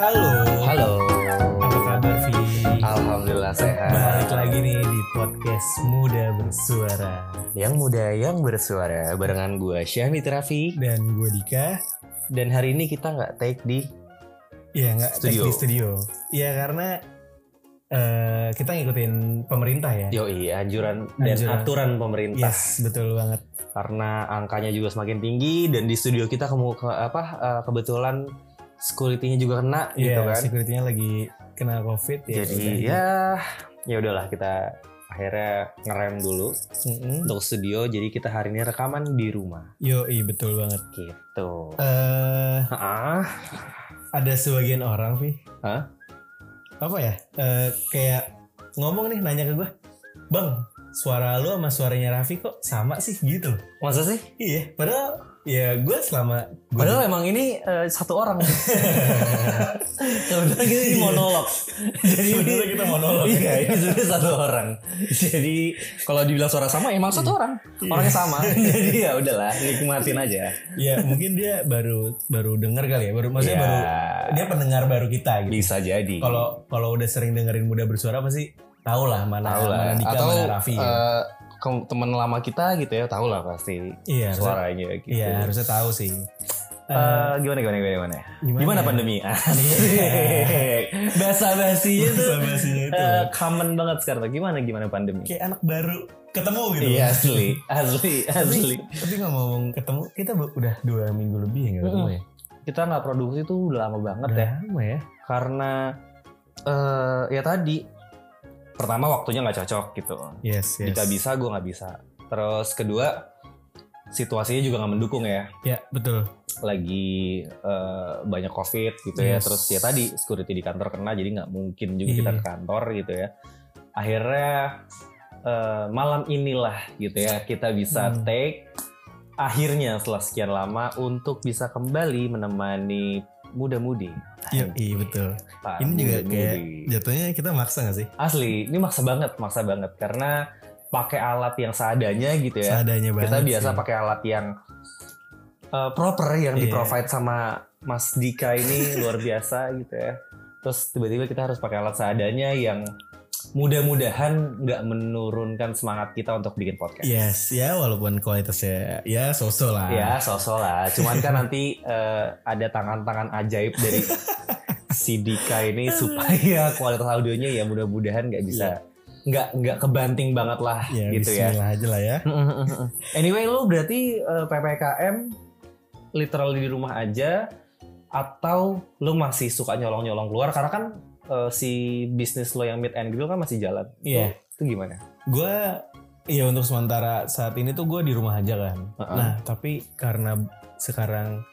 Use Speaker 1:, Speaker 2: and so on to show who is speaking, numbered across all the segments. Speaker 1: Halo.
Speaker 2: Halo,
Speaker 1: Apa kabar, Vi?
Speaker 2: alhamdulillah sehat.
Speaker 1: Balik lagi nih di podcast Muda Bersuara.
Speaker 2: Yang muda yang bersuara barengan gua Syahmi Rafi
Speaker 1: Dan gue Dika,
Speaker 2: dan hari ini kita nggak take di
Speaker 1: ya nggak take
Speaker 2: Studio.
Speaker 1: di studio. Ya karena eh, kita ngikutin pemerintah ya.
Speaker 2: yoi anjuran dan
Speaker 1: Anjuran.
Speaker 2: aturan Iya, pemerintah
Speaker 1: Yes, betul banget.
Speaker 2: karena angkanya juga semakin tinggi dan di studio kita kemu ke, apa eh, kebetulan security-nya juga kena
Speaker 1: Ya,
Speaker 2: gitu kan.
Speaker 1: security-nya lagi kena covid ya. udah.
Speaker 2: Jadi ya ya udahlah kita akhirnya ngerem dulu
Speaker 1: gitu. Mm-mm.
Speaker 2: untuk studio jadi kita hari ini rekaman di rumah
Speaker 1: Yoi, betul banget.
Speaker 2: gitu.
Speaker 1: Eh,
Speaker 2: Ah,
Speaker 1: ada sebagian orang, Vi.
Speaker 2: Hah?
Speaker 1: Apa ya? Eh, kayak ngomong nih, nanya ke gue. Bang, suara lu sama suaranya Raffi kok sama sih gitu.
Speaker 2: masa sih?
Speaker 1: Iya, padahal ya gue selama gua
Speaker 2: Padahal emang ini eh, satu orang. Sebenarnya kita ini monolog. Jadi ini-
Speaker 1: Sebenarnya kita monolog. ya.
Speaker 2: Iya, ini sebenarnya satu orang. Jadi kalau dibilang suara sama emang satu orang. Orangnya sama. Jadi ya udahlah, nikmatin aja.
Speaker 1: ya mungkin dia baru baru dengar kali ya, baru maksudnya
Speaker 2: Ya,
Speaker 1: baru dia pendengar baru kita gitu.
Speaker 2: bisa jadi.
Speaker 1: Kalau kalau udah sering dengerin muda bersuara pasti tau lah mana
Speaker 2: tahu lah
Speaker 1: mana Dika
Speaker 2: atau
Speaker 1: mana Raffi. gitu.
Speaker 2: eh, ke- teman lama kita gitu ya, tahu lah pasti
Speaker 1: iya, harusnya,
Speaker 2: suaranya gitu.
Speaker 1: iya harusnya tahu sih. ya?
Speaker 2: Eh, gimana gimana gimana gimana? ya? Iya. Gimana pandemi? Bahasa basinya tuh
Speaker 1: Sama sih itu.
Speaker 2: eh, common banget sekarang. Gimana gimana pandemi?
Speaker 1: Kayak anak baru ketemu gitu.
Speaker 2: Iya asli, asli,
Speaker 1: Tapi,
Speaker 2: asli.
Speaker 1: tapi ngomong ketemu kita bu- udah dua minggu lebih ya nggak ketemu ya.
Speaker 2: Kita nggak produksi tuh udah lama banget ya,
Speaker 1: Lama ya.
Speaker 2: karena eh ya tadi pertama waktunya nggak cocok gitu.
Speaker 1: Yes, yes.
Speaker 2: Jika bisa, gue nggak bisa. Terus kedua situasinya juga nggak mendukung ya,
Speaker 1: Ya betul.
Speaker 2: lagi eh, banyak covid gitu ya.
Speaker 1: Yes.
Speaker 2: Terus ya tadi security di kantor kena, jadi nggak mungkin juga kita
Speaker 1: Iya.
Speaker 2: ke kantor gitu ya. Akhirnya eh, malam inilah gitu ya kita bisa
Speaker 1: Hmm.
Speaker 2: take akhirnya setelah sekian lama untuk bisa kembali menemani muda-mudi.
Speaker 1: Iya, iya betul.
Speaker 2: Pak
Speaker 1: Ini juga
Speaker 2: muda-mudi.
Speaker 1: kayak jatuhnya kita maksa gak sih?
Speaker 2: asli ini maksa banget, maksa banget karena pakai alat yang seadanya gitu ya.
Speaker 1: Seadanya banget.
Speaker 2: Kita biasa
Speaker 1: sih.
Speaker 2: pakai alat yang uh, proper yang
Speaker 1: Iya.
Speaker 2: di provide sama Mas Dika ini luar biasa gitu ya. Terus tiba-tiba kita harus pakai alat seadanya yang mudah-mudahan nggak menurunkan semangat kita untuk bikin podcast.
Speaker 1: Yes, ya walaupun kualitasnya ya sosok lah.
Speaker 2: Ya, sosok lah. Cuman kan nanti eh, ada tangan-tangan ajaib dari si Dika ini supaya kualitas audionya ya mudah-mudahan nggak
Speaker 1: Iya.
Speaker 2: bisa nggak nggak kebanting banget lah
Speaker 1: Ya,
Speaker 2: gitu ya.
Speaker 1: bismillah aja lah ya.
Speaker 2: anyway, lu berarti eh, PPKM literal di rumah aja atau lu masih suka nyolong-nyolong keluar karena kan eh, si bisnis lo yang meet and grill kan masih jalan. Itu,
Speaker 1: Iya.
Speaker 2: itu gimana?
Speaker 1: Gue ya untuk sementara saat ini tuh gue di rumah aja kan.
Speaker 2: Heeh.
Speaker 1: Nah, tapi karena sekarang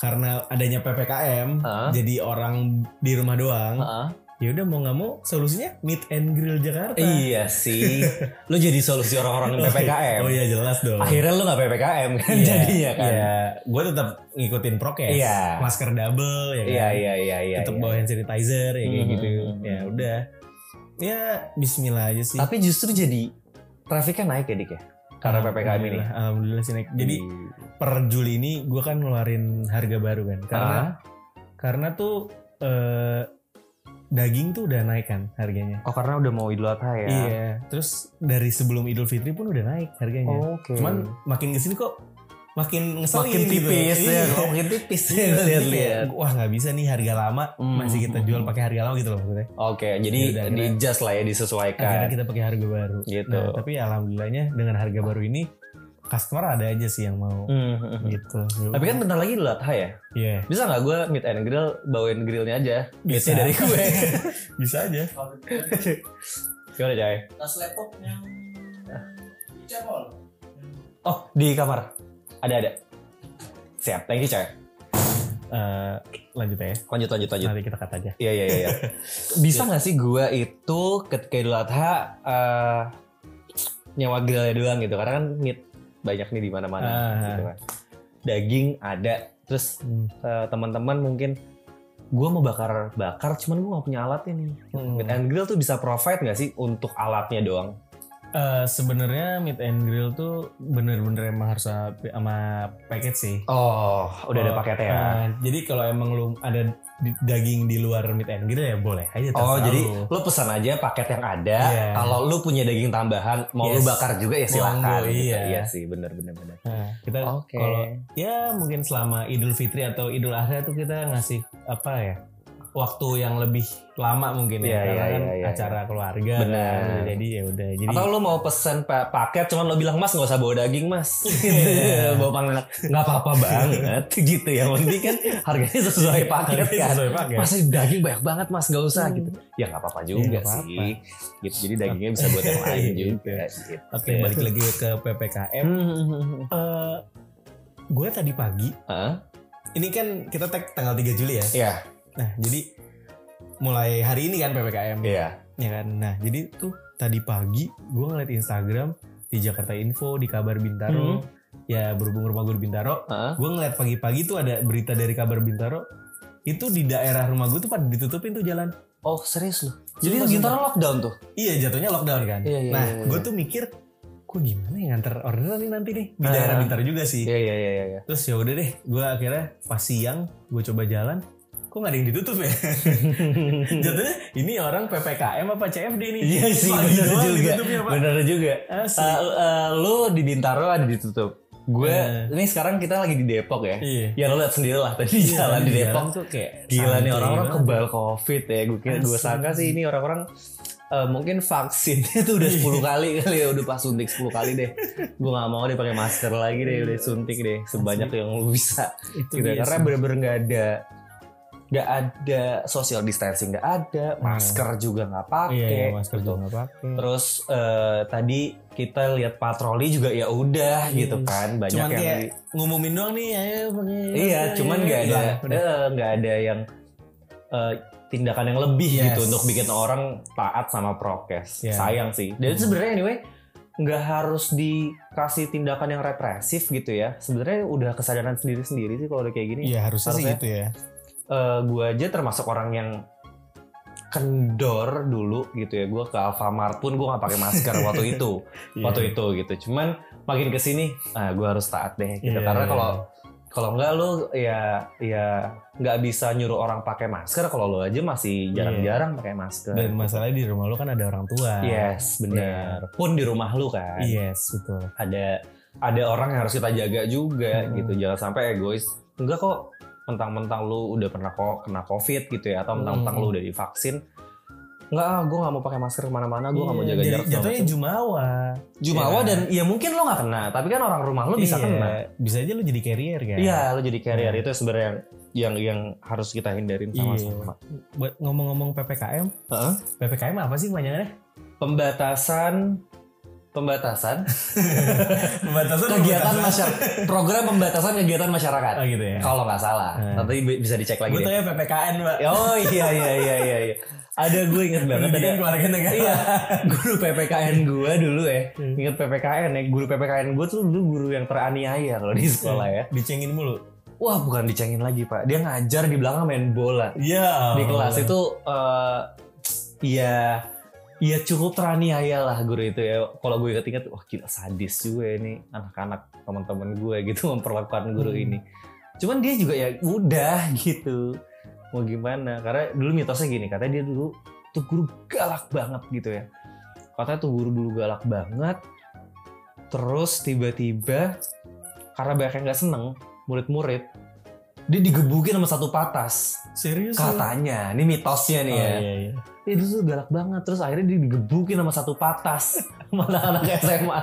Speaker 1: karena adanya PPKM,
Speaker 2: Heeh.
Speaker 1: jadi orang di rumah doang.
Speaker 2: Heeh.
Speaker 1: Ya udah mau nggak mau solusinya meet and grill Jakarta.
Speaker 2: Iya sih. lu jadi solusi orang-orang
Speaker 1: Oh,
Speaker 2: PPKM.
Speaker 1: Oh iya jelas dong.
Speaker 2: akhirnya lu nggak ppkm kan
Speaker 1: Iya,
Speaker 2: jadinya kan
Speaker 1: Iya, gue tetap ngikutin prokes.
Speaker 2: Iya.
Speaker 1: Masker double ya kan.
Speaker 2: iya iya iya iya
Speaker 1: tetap
Speaker 2: iya.
Speaker 1: bawa hand sanitizer ya kayak
Speaker 2: Mhm.
Speaker 1: gitu ya udah ya Bismillah aja sih
Speaker 2: tapi justru jadi trafiknya naik ya dik ya karena ppkm ini
Speaker 1: Alhamdulillah, alhamdulillah sih naik Ah, iya. jadi per Juli ini gue kan ngeluarin harga baru kan karena
Speaker 2: karena
Speaker 1: karena tuh eh, daging tuh udah naik kan harganya
Speaker 2: oh karena udah mau idul adha ya
Speaker 1: iya terus dari sebelum Idul Fitri pun udah naik harganya
Speaker 2: oke
Speaker 1: cuman makin kesini kok makin
Speaker 2: Oh.
Speaker 1: ngeselin
Speaker 2: makin
Speaker 1: gitu.
Speaker 2: tipis
Speaker 1: Iya.
Speaker 2: ya kalau makin tipis ya
Speaker 1: Iya,
Speaker 2: gua
Speaker 1: jadi
Speaker 2: lihat-lihat
Speaker 1: kayak, wah nggak bisa nih harga lama
Speaker 2: Hmm.
Speaker 1: masih kita jual pakai harga lama gitu loh maksudnya
Speaker 2: oke jadi
Speaker 1: Ya udah,
Speaker 2: di
Speaker 1: akhirnya-
Speaker 2: adjust lah ya disesuaikan
Speaker 1: akhirnya kita pakai harga baru
Speaker 2: gitu
Speaker 1: Nah, tapi alhamdulillahnya dengan harga baru ini customer ada aja sih yang mau
Speaker 2: Hmm, hmm, hmm.
Speaker 1: gitu.
Speaker 2: tapi kan bentar lagi idul adha ya
Speaker 1: Iya.
Speaker 2: bisa nggak gue meet and grill bawain grillnya aja
Speaker 1: Bisa.
Speaker 2: biasanya dari gue
Speaker 1: bisa aja.
Speaker 2: gimana Jai?
Speaker 3: tas laptop yang dicabol
Speaker 2: oh di kamar ada ada siap thank you Jai
Speaker 1: Eh, lanjut ya.
Speaker 2: lanjut lanjut lanjut
Speaker 1: Nanti kita kata aja.
Speaker 2: Iya iya iya. Bisa nggak sih gua itu ketika Idul Adha eh, nyewa grillnya doang gitu karena kan meat banyak nih di mana-mana
Speaker 1: Ah.
Speaker 2: gitu kan. Daging ada. Terus
Speaker 1: Hmm.
Speaker 2: eh, teman-teman mungkin gua mau bakar bakar cuman gua nggak punya alatnya nih. Meat and grill tuh bisa provide nggak sih untuk alatnya doang?
Speaker 1: Eh, sebenarnya meet and grill tuh bener-bener emang harus sama sama paket sih.
Speaker 2: Oh, udah ada
Speaker 1: Kalau-
Speaker 2: paketnya ya.
Speaker 1: eh, jadi kalau emang lu ada di- daging di luar meat and grill ya boleh aja.
Speaker 2: Oh,
Speaker 1: terserah
Speaker 2: jadi
Speaker 1: lu.
Speaker 2: lu pesan aja paket yang ada.
Speaker 1: Iya.
Speaker 2: Kalau lu punya daging tambahan, mau lu
Speaker 1: Yes.
Speaker 2: bakar juga ya silakan.
Speaker 1: Monggo,
Speaker 2: gitu.
Speaker 1: iya.
Speaker 2: sih, bener bener bener.
Speaker 1: Nah, kita
Speaker 2: Oke.
Speaker 1: kalau ya mungkin selama Idul Fitri atau Idul Adha tuh kita ngasih apa ya waktu yang lebih lama mungkin
Speaker 2: Iya,
Speaker 1: ya karena
Speaker 2: iya,
Speaker 1: kan
Speaker 2: iya, iya.
Speaker 1: acara keluarga
Speaker 2: Benar.
Speaker 1: kan. jadi ya udah jadi
Speaker 2: Atau lu mau pesan pa- paket, cuman lu bilang mas nggak usah bawa daging mas, Gitu. bawa panggang nggak apa-apa banget, gitu ya. Mending kan harganya sesuai paket
Speaker 1: Harganya
Speaker 2: kan.
Speaker 1: sesuai paket.
Speaker 2: Masa daging banyak banget mas, nggak usah gitu. Ya nggak apa-apa juga
Speaker 1: nggak apa-apa.
Speaker 2: sih. Gitu. Jadi dagingnya bisa buat yang lain
Speaker 1: Gitu.
Speaker 2: juga. Gitu.
Speaker 1: oke balik lagi ke ppkm
Speaker 2: Hmm.
Speaker 1: Eh, gue tadi pagi
Speaker 2: Heeh.
Speaker 1: ini kan kita tag tanggal 3 Juli ya
Speaker 2: Iya,
Speaker 1: nah jadi mulai hari ini kan ppkm
Speaker 2: iya.
Speaker 1: ya kan nah jadi tuh tadi pagi gue ngeliat Instagram di Jakarta Info di Kabar
Speaker 2: Hmm.
Speaker 1: Bintaro ya berhubung rumah gue di Bintaro
Speaker 2: Heeh.
Speaker 1: gue ngeliat pagi-pagi tuh ada berita dari kabar Bintaro itu di daerah rumah gue tuh pada ditutupin tuh jalan
Speaker 2: Oh serius lu? Jadi
Speaker 1: Sumpah,
Speaker 2: Bintaro lockdown tuh?
Speaker 1: iya jatuhnya lockdown kan
Speaker 2: Iya, iya,
Speaker 1: nah
Speaker 2: iya, iya.
Speaker 1: gue tuh mikir gue gimana ya nganter orderan nih nanti nih di
Speaker 2: Ah.
Speaker 1: daerah Bintaro juga sih
Speaker 2: Iya iya iya iya. iya.
Speaker 1: terus ya udah deh gue akhirnya pas siang gue coba jalan kok gak ada yang ditutup ya Hmm. jatuhnya ini orang ppkm apa cfd nih
Speaker 2: Iya sih,
Speaker 1: Pagi
Speaker 2: bener
Speaker 1: doang
Speaker 2: juga.
Speaker 1: ditutupnya, Pak.
Speaker 2: Bener juga.
Speaker 1: Asli.
Speaker 2: Eh, eh, lu di Bintaro ada ditutup. Gue
Speaker 1: Eh.
Speaker 2: ini sekarang kita lagi di Depok ya.
Speaker 1: iya
Speaker 2: Ya lu lihat sendiri lah tadi jalan di Depok.
Speaker 1: jalan tuh kayak
Speaker 2: Gila nih
Speaker 1: Iya, santai
Speaker 2: orang-orang
Speaker 1: banget.
Speaker 2: kebal covid ya. Gue kira gue
Speaker 1: Asli.
Speaker 2: sangka sih ini orang-orang eh, mungkin vaksinnya tuh
Speaker 1: Iya.
Speaker 2: udah 10 kali kali ya udah pas suntik 10 kali deh. Gue nggak mau deh pakai masker lagi deh udah suntik deh sebanyak yang lu bisa. gitu
Speaker 1: itu dia
Speaker 2: karena
Speaker 1: sih.
Speaker 2: bener-bener nggak ada nggak ada social distancing nggak ada masker juga nggak pakai
Speaker 1: iya, iya, masker
Speaker 2: gitu.
Speaker 1: juga nggak pakai
Speaker 2: terus eh, tadi kita lihat patroli juga ya udah
Speaker 1: Iya.
Speaker 2: gitu kan banyak
Speaker 1: Cuman
Speaker 2: yang
Speaker 1: kayak
Speaker 2: di-
Speaker 1: ngumumin doang nih ayo pakai
Speaker 2: iya cuman nggak ada
Speaker 1: Udah, udah.
Speaker 2: eh, nggak ada yang eh, tindakan yang lebih
Speaker 1: Yes.
Speaker 2: gitu untuk bikin orang taat sama prokes
Speaker 1: Iya.
Speaker 2: sayang sih dan itu sebenarnya anyway nggak harus dikasih tindakan yang represif gitu ya sebenarnya udah kesadaran sendiri-sendiri sih kalau udah kayak gini
Speaker 1: iya harusnya sih
Speaker 2: Harusnya.
Speaker 1: gitu ya
Speaker 2: eh gue aja termasuk orang yang kendor dulu gitu ya gue ke Alfamart pun gue nggak pakai masker waktu itu
Speaker 1: Iya.
Speaker 2: waktu itu gitu cuman makin kesini ah gue harus taat deh gitu
Speaker 1: Iya,
Speaker 2: karena
Speaker 1: iya.
Speaker 2: kalau kalau nggak lu ya ya nggak bisa nyuruh orang pakai masker kalau lo aja masih jarang-jarang pakai masker
Speaker 1: dan masalahnya di rumah lu kan ada orang tua
Speaker 2: yes benar pun di rumah lu kan
Speaker 1: yes betul
Speaker 2: ada ada orang yang harus kita jaga juga
Speaker 1: Hmm.
Speaker 2: gitu jangan sampai egois enggak kok mentang-mentang lu udah pernah kok kena covid gitu ya atau mentang-mentang lu udah divaksin enggak ah gue nggak mau pakai masker kemana-mana gue nggak mau
Speaker 1: Iya,
Speaker 2: jaga
Speaker 1: jadi
Speaker 2: jarak segala
Speaker 1: jatuhnya
Speaker 2: macam."
Speaker 1: jumawa
Speaker 2: jumawa
Speaker 1: Iya.
Speaker 2: dan ya mungkin lo nggak kena tapi kan orang rumah lo bisa
Speaker 1: Iya,
Speaker 2: kena
Speaker 1: bisa aja lu jadi carrier kan
Speaker 2: iya lo jadi carrier
Speaker 1: Iya.
Speaker 2: itu sebenarnya yang yang yang harus kita hindarin sama-sama
Speaker 1: buat ngomong-ngomong ppkm
Speaker 2: Heeh.
Speaker 1: ppkm apa sih kepanjangannya
Speaker 2: pembatasan pembatasan
Speaker 1: pembatasan
Speaker 2: kegiatan masyarakat program pembatasan kegiatan masyarakat
Speaker 1: oh, gitu ya
Speaker 2: kalau nggak salah
Speaker 1: Eh.
Speaker 2: nanti bi- bisa dicek lagi
Speaker 1: gue
Speaker 2: deh
Speaker 1: tanya ppkn mbak
Speaker 2: Oh iya iya iya iya. iya. Ada gue inget banget ada
Speaker 1: Pendidikan keluarga negara
Speaker 2: Iya, guru PPKN gue dulu ya.
Speaker 1: Hmm.
Speaker 2: Ingat PPKN ya, guru PPKN gue tuh dulu guru yang teraniaya kalau di sekolah
Speaker 1: Hmm.
Speaker 2: ya.
Speaker 1: dicengin mulu
Speaker 2: Wah bukan dicengin lagi pak, dia ngajar di belakang main bola
Speaker 1: iya
Speaker 2: di kelas itu eh, ya ya cukup teraniaya lah guru itu ya kalau gue inget-inget wah gila sadis juga ini anak-anak teman-teman gue gitu memperlakukan guru
Speaker 1: Hmm.
Speaker 2: ini cuman dia juga ya udah gitu mau gimana karena dulu mitosnya gini katanya dia dulu tuh guru galak banget gitu ya katanya tuh guru dulu galak banget terus tiba-tiba karena banyak yang nggak seneng murid-murid dia digebukin sama satu patas
Speaker 1: serius lu?
Speaker 2: Katanya, ini mitosnya nih
Speaker 1: Oh,
Speaker 2: ya.
Speaker 1: iya, iya.
Speaker 2: Dia dulu tuh galak banget, terus akhirnya dia digebukin sama satu patas. Sama anak SMA.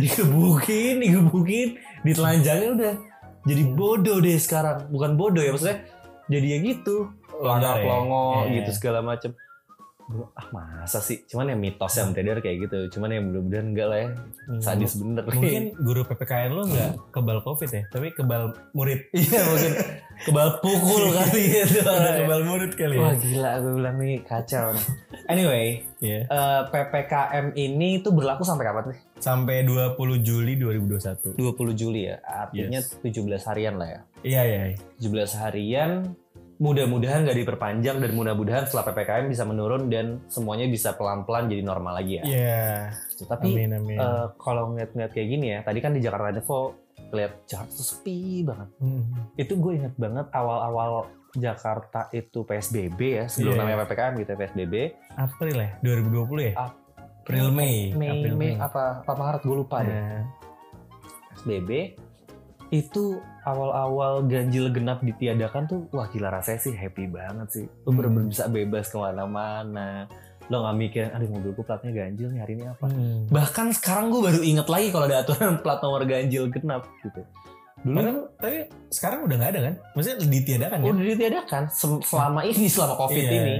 Speaker 2: digebukin, digebukin, ditelanjangin udah. Jadi bodoh deh sekarang. Bukan bodoh ya, maksudnya jadi ya gitu.
Speaker 1: Pelanggar ya?
Speaker 2: Pelongo
Speaker 1: Iya.
Speaker 2: gitu segala macem. Gua, Ah masa sih, cuman yang mitos yang beredar kayak gitu. Cuman yang mudah-mudahan enggak lah ya, sadis bener.
Speaker 1: Hmm. mungkin guru ppkn lu nggak kebal covid ya tapi kebal murid
Speaker 2: iya mungkin kebal pukul kali ya, itu.
Speaker 1: Udah
Speaker 2: orangnya.
Speaker 1: kebal murid kali ya
Speaker 2: Wah gila gue bilang nih kacau nih. Iya. Anyway,
Speaker 1: Iya.
Speaker 2: eh, PPKM ini tuh berlaku sampai kapan nih?
Speaker 1: sampai 20 Juli 2021
Speaker 2: 20 Juli ya. Artinya 17 harian lah ya.
Speaker 1: iya iya iya.
Speaker 2: 17 harian mudah-mudahan nggak diperpanjang dan mudah-mudahan setelah ppkm bisa menurun dan semuanya bisa pelan-pelan jadi normal lagi ya.
Speaker 1: Iya.
Speaker 2: Gitu. Tapi
Speaker 1: Amin amin.
Speaker 2: eh, kalau ngeliat-ngeliat kayak gini ya, tadi kan di Jakarta Devo lihat Jakarta tuh sepi banget.
Speaker 1: Hmm.
Speaker 2: Itu gue inget banget awal-awal Jakarta itu PSBB ya, sebelum
Speaker 1: Iya.
Speaker 2: namanya ppkm gitu ya, PSBB.
Speaker 1: April ya, 2020 ya.
Speaker 2: Ap-
Speaker 1: April Mei.
Speaker 2: Mei,
Speaker 1: April,
Speaker 2: Mei Eh. apa, apa Maret gue lupa deh.
Speaker 1: Nah,
Speaker 2: PSBB itu awal-awal ganjil genap ditiadakan tuh wah gila rasanya sih happy banget sih lu bener-bener bisa bebas kemana-mana lo nggak mikir aduh mobilku platnya ganjil nih hari ini apa
Speaker 1: hmm.
Speaker 2: bahkan sekarang gue baru inget lagi kalau ada aturan plat nomor ganjil genap gitu dulu
Speaker 1: Padahal, tapi sekarang udah nggak ada kan? Maksudnya ditiadakan kan?
Speaker 2: udah ditiadakan se- selama ini selama covid
Speaker 1: Iya.
Speaker 2: ini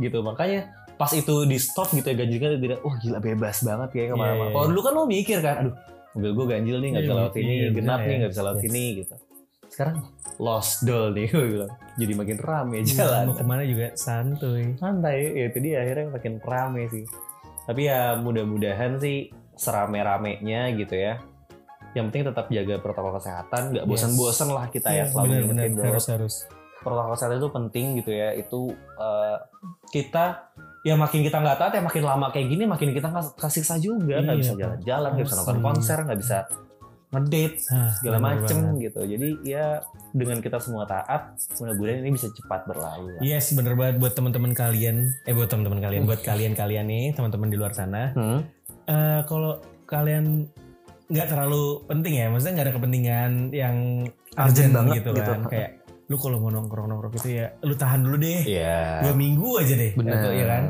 Speaker 2: gitu makanya pas itu di stop gitu ya ganjil genap tidak wah gila bebas banget kayak kemana-mana
Speaker 1: Iya, iya,
Speaker 2: kalau
Speaker 1: iya.
Speaker 2: dulu kan lo mikir kan aduh mobil gue ganjil nih nggak bisa
Speaker 1: Iya,
Speaker 2: lewat ini
Speaker 1: iya,
Speaker 2: genap
Speaker 1: bener
Speaker 2: nih
Speaker 1: ya.
Speaker 2: nggak bisa lewat
Speaker 1: Yes.
Speaker 2: sini gitu sekarang lost doll nih gue bilang jadi makin rame
Speaker 1: Jalan.
Speaker 2: jalan
Speaker 1: Mau kemana juga Iya, santuy.
Speaker 2: santai ya itu dia akhirnya makin rame sih tapi ya mudah-mudahan sih serame-ramenya gitu ya yang penting tetap jaga protokol kesehatan nggak
Speaker 1: Yes.
Speaker 2: bosan-bosan lah kita ya
Speaker 1: Iya,
Speaker 2: selalu
Speaker 1: benar-benar
Speaker 2: ingetin bahwa
Speaker 1: harus harus.
Speaker 2: protokol kesehatan itu penting gitu ya itu eh, kita ya makin kita nggak taat ya makin lama kayak gini makin kita nggak kesiksa juga nggak
Speaker 1: Iya,
Speaker 2: bisa
Speaker 1: Pak.
Speaker 2: jalan-jalan nggak bisa nonton
Speaker 1: Asli.
Speaker 2: konser nggak bisa ngedate
Speaker 1: Ah,
Speaker 2: segala
Speaker 1: bener
Speaker 2: macem
Speaker 1: banget.
Speaker 2: gitu jadi ya dengan kita semua taat mudah-mudahan ini bisa cepat berlalu lah.
Speaker 1: Yes, Iya bener banget buat teman-teman kalian. Eh, buat teman-teman kalian, buat kalian-kalian nih, teman-teman di luar sana.
Speaker 2: Hmm.
Speaker 1: Eh, kalau kalian nggak terlalu penting ya, maksudnya nggak ada kepentingan yang
Speaker 2: Urgent banget
Speaker 1: gitu
Speaker 2: gitu.
Speaker 1: kan. Kayak lu kalau mau nongkrong nongkrong gitu ya, lu tahan dulu deh.
Speaker 2: Iya.
Speaker 1: Dua minggu aja deh.
Speaker 2: Benar.
Speaker 1: Atau, ya kan?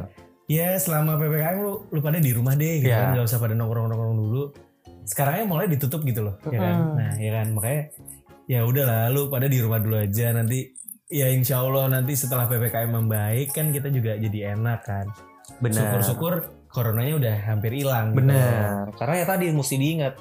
Speaker 1: Ya selama ppkm lu, lu pada di rumah deh, gitu
Speaker 2: Iya.
Speaker 1: kan. Gak usah pada nongkrong nongkrong dulu. Sekarangnya mulai ditutup gitu loh, ya kan.
Speaker 2: Mm-mm.
Speaker 1: Nah, ya kan makanya ya udahlah, lu pada di rumah dulu aja nanti. Ya insya Allah nanti setelah ppkm membaik kan kita juga jadi enak kan.
Speaker 2: Benar.
Speaker 1: Syukur-syukur coronanya udah hampir hilang. gitu.
Speaker 2: Benar. Karena ya tadi mesti diingat,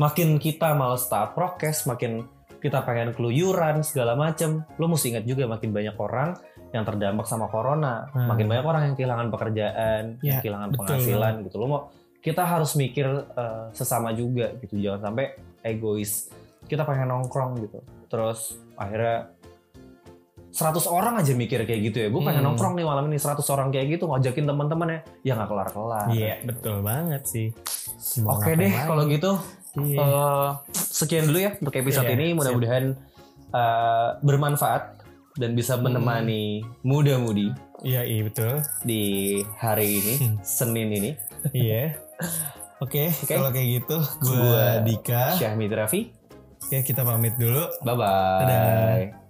Speaker 2: makin kita males taat prokes, makin kita pengen keluyuran segala macem, lo mesti ingat juga makin banyak orang yang terdampak sama corona,
Speaker 1: Hmm.
Speaker 2: makin banyak orang yang kehilangan pekerjaan, yang
Speaker 1: Ya,
Speaker 2: kehilangan
Speaker 1: betul
Speaker 2: penghasilan gitu. Lo mau kita harus mikir eh, sesama juga gitu, jangan sampai egois. Kita pengen nongkrong gitu, terus akhirnya 100 orang aja mikir kayak gitu ya. Gue pengen
Speaker 1: Hmm.
Speaker 2: nongkrong nih malam ini 100 orang kayak gitu ngajakin teman-teman ya, ya nggak kelar-kelar.
Speaker 1: Iya betul banget sih. Mau
Speaker 2: Oke
Speaker 1: ngapain
Speaker 2: deh,
Speaker 1: lagi?
Speaker 2: kalau gitu
Speaker 1: Iya.
Speaker 2: eh, sekian dulu ya untuk episode
Speaker 1: Iya,
Speaker 2: ini.
Speaker 1: siap.
Speaker 2: Mudah-mudahan eh, bermanfaat dan bisa
Speaker 1: Hmm.
Speaker 2: menemani muda-mudi
Speaker 1: Iya iya betul.
Speaker 2: di hari ini,
Speaker 1: Hmm.
Speaker 2: Senin ini.
Speaker 1: Iya. Oke
Speaker 2: Oke.
Speaker 1: kalau kayak gitu
Speaker 2: Gua
Speaker 1: gue Dika.
Speaker 2: Syahmi Raffi,
Speaker 1: Ya kita pamit dulu.
Speaker 2: bye-bye.
Speaker 1: Dadah.